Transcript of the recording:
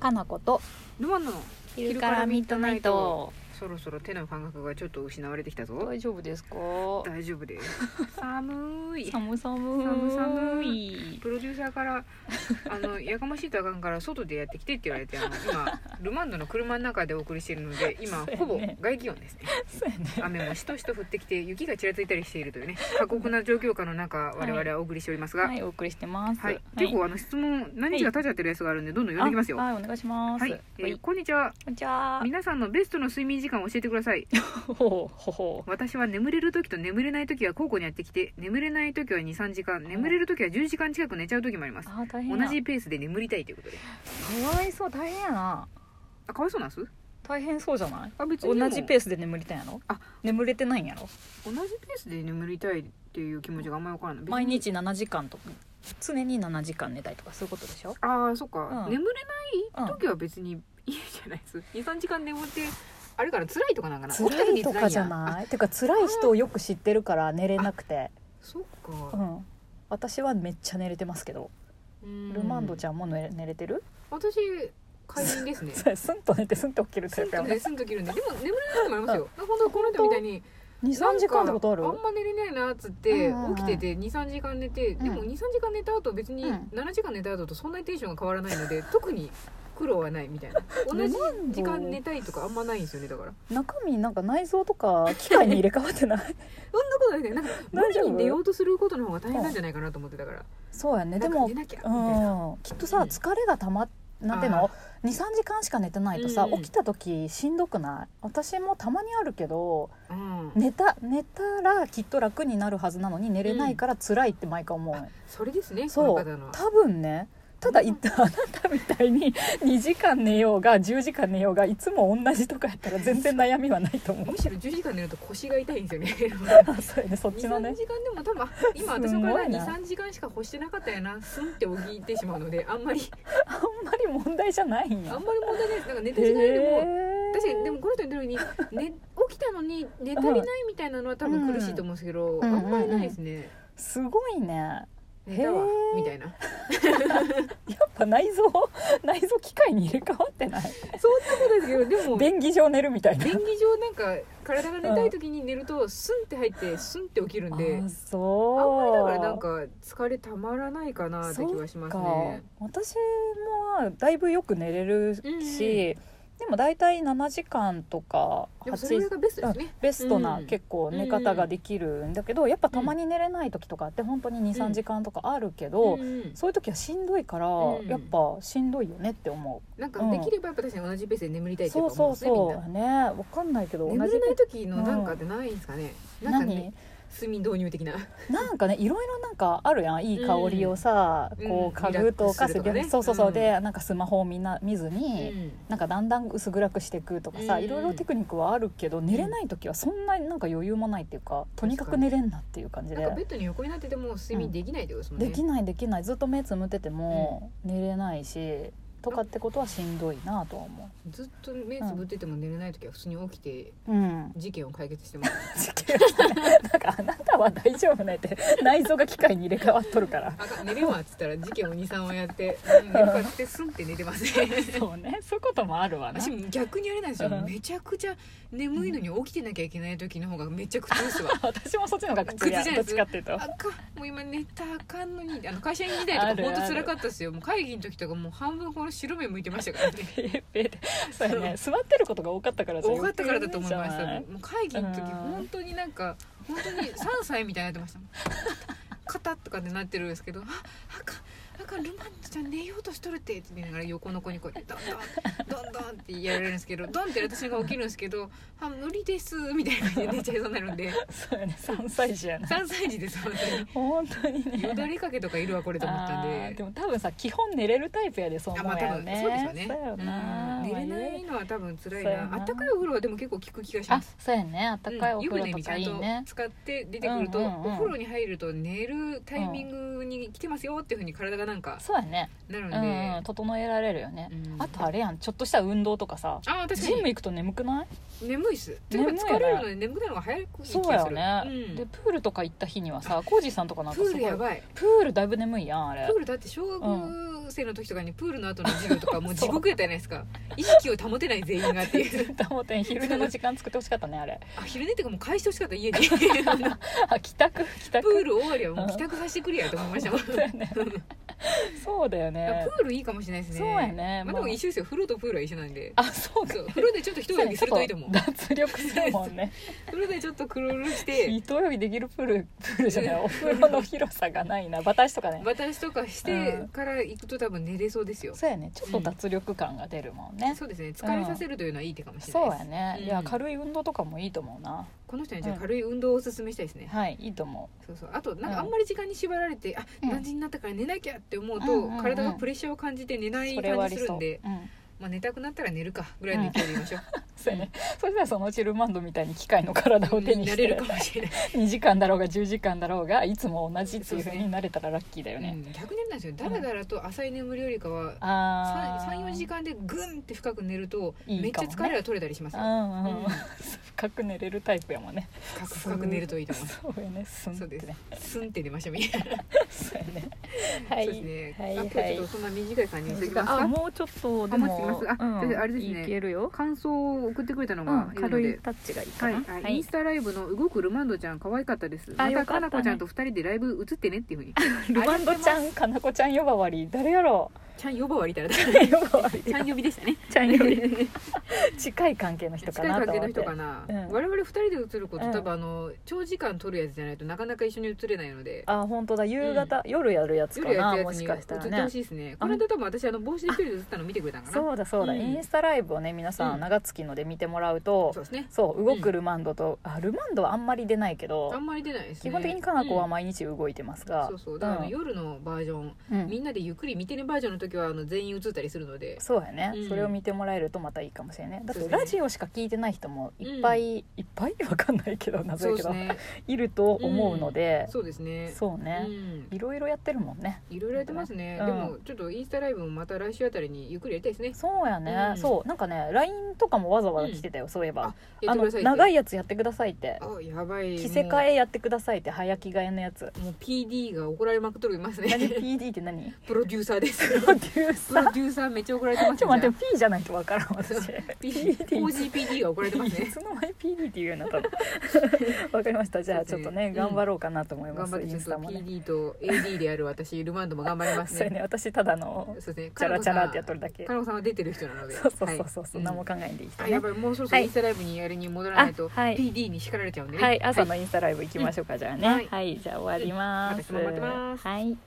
かなことルマンドの昼からミッドナイトそろそろ手の感覚がちょっと失われてきたぞ大丈夫ですか大丈夫です寒い寒寒寒寒いプロデューサーから「あのやかましいとあかんから外でやってきて」って言われてあの今ルマンドの車の中でお送りしているので今そうやねほぼ外気温ですねそうやね雨もしとしと降ってきて雪がちらついたりしているというね過酷な状況下の中我々はお送りしておりますが、は はいいお送りしてます結構あの質問何日が経っちゃってるやつがあるんでどんどん読んできますよあはいお願いしますはい、えーこんにちはこんにちは皆さんのベストの睡眠時間を教えてくださいほほほほ 私は眠れる時と眠れない時は交互にやってきて眠れない時は23時間眠れる時は10時間近く寝ちゃう時もありますあ大同変やじペースで眠りたいということでかわいそう大変やなあかわいそうなんす大変そうじゃないあ別同にじーペースで眠りたいんやろあ眠れてないんやろス同じペースで眠りたいっていう気持ちがあんまりわからない別に毎日7時間とか常に7時間寝たいとかそういうことでしょああそっか、うん眠れない時は別にいいじゃないです23時間眠ってあれかな辛いとかなんかな辛いとかじゃいないてか辛い人をよく知ってるから寝れなくて、そっうか、ん、私はめっちゃ寝れてますけど、うんルマンドちゃんゃんも寝れ寝れてる、私快眠です ね そうスンと寝てスンと起きるタすイんプやとねねすんと切るんででも眠れない時もありますよ本当この人みたいに23時間ってことあるなんかあんま寝れないなっつってうんうんうん起きてて23時間寝てでもうん23時間寝た後別にうん7時間寝た後とそんなにテンションが変わらないの で特に苦労はないみたいな同じ時間寝たいとかあんまないんですよねだから中身なんか内臓とか機械に入れ替わってない そんなことないけどなんか無大丈夫理に寝ようとすることの方が大変なんじゃないかなと思ってたからそうやねでなんかも寝なきゃみたいなうんきっとさうん疲れがたまなんていうの23時間しか寝てないとさ、うんうん起きた時しんどくない私もたまにあるけどうん寝た寝たらきっと楽になるはずなのに寝れないから辛いって毎回思う、それですねこのそう方の多分ねただいったあなたみたい に2時間寝ようが10時間寝ようがいつも同じとかやったら全然悩みはないと 思うむしろ10時間寝ると腰が痛いんですよねあそうやねそっちの23ね時間でも多分あ今私の体23時間しか干してなかったやなスンって起きてしまうのであんまりあんまり問題じゃないんあやんまり問題ないですなんか寝へた時間よりもー確かにでもこの人に言ってるように、ね、起きたのに寝足りないみたいなのは多分苦しいと思うんですけうど、んあんまりないですね、すごいねやうん寝たわへーみたいなっぱ内臓 内臓機械に入れ替わってないそんなことですけどでも便便宜上寝るみたいな宜上なんか体が寝たい時に寝るとスンって入ってスンって起きるんでああんまりだそうからなんか疲れたまらないかなって気はしますね私もだいぶよく寝れるし、うんうんでも大体7時間とかでもそれぐら8いがベストですね、ベストなうん結構寝方ができるんだけど、やっぱたまに寝れない時とかあって本当に23、うん時間とかあるけうど、ん、そういう時はしんどいから、うんやっぱしんどいよねって思なんかできればやっぱ確かに同じペースで眠りたう、いってそやっうぱ思そううんですねみんなそうねわかんないけど同眠じれない時のなんかってないんですかね、なんかね睡眠導入的な何なんかねいろいろなんかあるやんいい香りをさ、うんこうんう嗅ぐとかすリラックスするとかねそうそうそう、うんでなんかスマホをみんな見ずうに、んなんかだんだん薄暗くしていくとかさ、うんいろいろテクニックはあるけど寝れない時はそんなになんか余裕もないっていうかとにかく寝れんなっていう感じなんかベでッドに横になってても睡眠できないってことですもんね、できないできないずっと目つむってても寝れないしとかってことはしんどいなとは思ずっと目つぶってても寝れない時は普通に起きてう。うん、事件を解決してま すなんかあなたは大丈夫ねって内臓が機械に入れ替わっとるからあかん寝れまっつったら事件を23をやって、うん、寝るかっつってスンって寝てますね そうねそういうこともあるわな私も逆にあれなんですようんめちゃくちゃ眠いのに起きてなきゃいけない時の方がめっちゃ苦痛ですわ私もそっちの方が苦痛や苦痛じゃなどいっちかっていうとあかんもう今寝たらあかんのにあの会社員時代とあかるある本当辛かったですよもう会議の時とかもう半分この白目向いてましたからねペーペーってそうやね座ってることが多かったからじゃ多かったからだと思いま余す計多じゃない分もう会議の時うん本当になんか本当に3歳みたいになってましたもん肩とかでなってるんですけど「ああかんあかんルマンドちゃん寝ようとしとるって」って言いながら横の子にこうやってドンドンドンドンってやられるんですけどドンって私が起きるんですけど「あ無理です」みたいな感じで寝ちゃいそうになる んでそうやね3歳児やな3歳児です本当本当にによだねれかけとかいるわこれと思ったんあーでで。も多分さ基本寝れるタイプやでそうあ思まあう多やろ分そうでしょうねそうやうんな寝れないのは多分辛いそうやななあったかいお風呂はでも結構効く気がしまあすそうやねあったかいお風うん湯船呂とにちゃかんいいとね、使って出てくると、うんうんうんお風呂に入ると寝るタイミングに来てますよっていうふうに体がなんかそうやねなるんうで、ん、うん、整えられるよね、うんあとあれやんちょっとした運動とかさあー確ジかムに行くと眠くない眠いっすていうか眠いよね疲れるので眠くなるのが早くいい気そうがやすよるね、うんでプールとか行った日にはさコージーさんとかなんプかすーごルいやばいプールだいぶ眠いやんあプれールだって小学う生の時とかにプールの後の授業とか もう地獄やったじゃないですか意識を保てない全員がっていうダモテン昼寝の時間作ってほしかったねあ れあ昼寝っていうかもう返してほしかった家に あ帰宅帰プ宅ール終わりはもう帰宅させてくれやと思いましたもん、本当やねうんいそうだよやねプールいいかもしれないですねそうやねまあ、でまあも一緒ですよ風呂とプールは一緒なんであそうかそう風呂でちょっと一泳ぎするといいと思うそうねちょっ脱力するもん ね風呂でちょっとクロールして糸泳ぎできるプールプールじゃないお風呂の広さがないな私とかね私とかしてうんから行くと多分寝れそうですよ、そうやねちょっと脱力感が出るもんね、そうですね疲れさせるというのはいい手かもしれそなういです、やね、うんいや軽い運動とかもいいと思うなこの人にじゃあうん軽い運動をおすすめしたいですね、はいいいと思そうそうあとなんうんかあんまり時間に縛られて、あうん何時になったから寝なきゃって思うと、うんうんうん体がプレッシャーを感じて寝なういそれはあ感じりするそんう、で、うん、まあ、寝たくなったら寝るかぐらいの勢いでいましょう、そうやねそしたらそのうちルマンドみたいに機械の体を手ににしなてれるかもし れない、 2時間だろうが10時間だろうがいつも同じっていうふうになれたらラッキーだよね、うん逆になんですよだらだらと浅い眠りよりかはああ34時間でグンって深く寝るといめいっちかゃもね疲れが取れたりしますようんうん、うん深く寝れるタイプやもんね深く深く寝るといいと思いますそうやねすんってそうですねスンって寝ましょうみたいなそうやねはいそうですね、はいあ今日ちょっとそんな短い感じにしてきますはいあかもうちょっとであも待ってますあ先生あれですねいけるよ、感想を送ってくれたのうがん、いるの軽で、いタッチがいいかはい、な、はいインスタライブの動くルマンドちゃん可愛かったです。あまよかったたねかなこちゃんと二人でライブ映ってねっていうふうに。ルマンドちゃんかなこちゃん呼ばわり誰やろうちゃん呼ばわりたら。呼ばわりちゃん呼びでしたね。ちゃんより近い関係の人か近いな関と係思のって人かな。うん我々二人で映ること、うん多分あの長時間撮るやつじゃないとなかなか一緒に映れないので。あ本当だ夕方、夜やるやつか夜やなってるもやつしにかしたら映ってねほしいですね。この間多分私あの帽子で一人で映ったの見てくれたんかな。そうだそうだ、うんインスタライブをね皆さん、うん長月ので見てもらうとそうですね。そう動くルマンドと、あルマンドはあんまり出ないけどあんまり出ないですね。基本的にかなこはうん毎日動いてますが、そううそう。だからあのん夜のバージョン、うんみんなでゆっくり見てるバージョンの時はあの全員映ったりするので。そうやね、うんそれを見てもらえるとまたいいかもしれないだっそてうですねラジオしか聞いてない人もいっぱい、いっぱいわかんないけど謎そやうけですど、ね。いると思うので、そうですね。そうね、うんいろいろやってるもんねいろいろやってますね、うんでもちょっとインスタライブもまた来週あたりにゆっくりやりたいですねそうやね、うんそうなんかね LINE とかもわざわざ来てたよ、そういえばあやのってくださいって長いやつやってくださいってあやばい着せ替えやってくださいって早着替えのやつもうもう PD が怒られまくっとります何ね PD って何 プロデューサーですプロデュー プサローデューサーめっちゃ怒られてますねちょっと待って P じゃないとわからん私 PD PD OGPD が怒られてま すいねつの間に PD っていうようにな ったのわかりましたじゃあちょっとうねん頑張ろうかなと思いま頑す、張ってイちょンっスとタもね PD と AD である私ルマンドも頑張りますそうやねね私ただのそうですねチャラチャラってやっとるだけカナコさんは出てる人なのでそうそうそうそう、はい何も考えんでいい人あねやばいもうそろそろインスタライブにあれに戻らないと、あはい PD に叱られちゃうんでねはい、朝のインスタライブ行きましょうか、じゃあね、はいはい、じゃあ終わります。私も待ってますはい。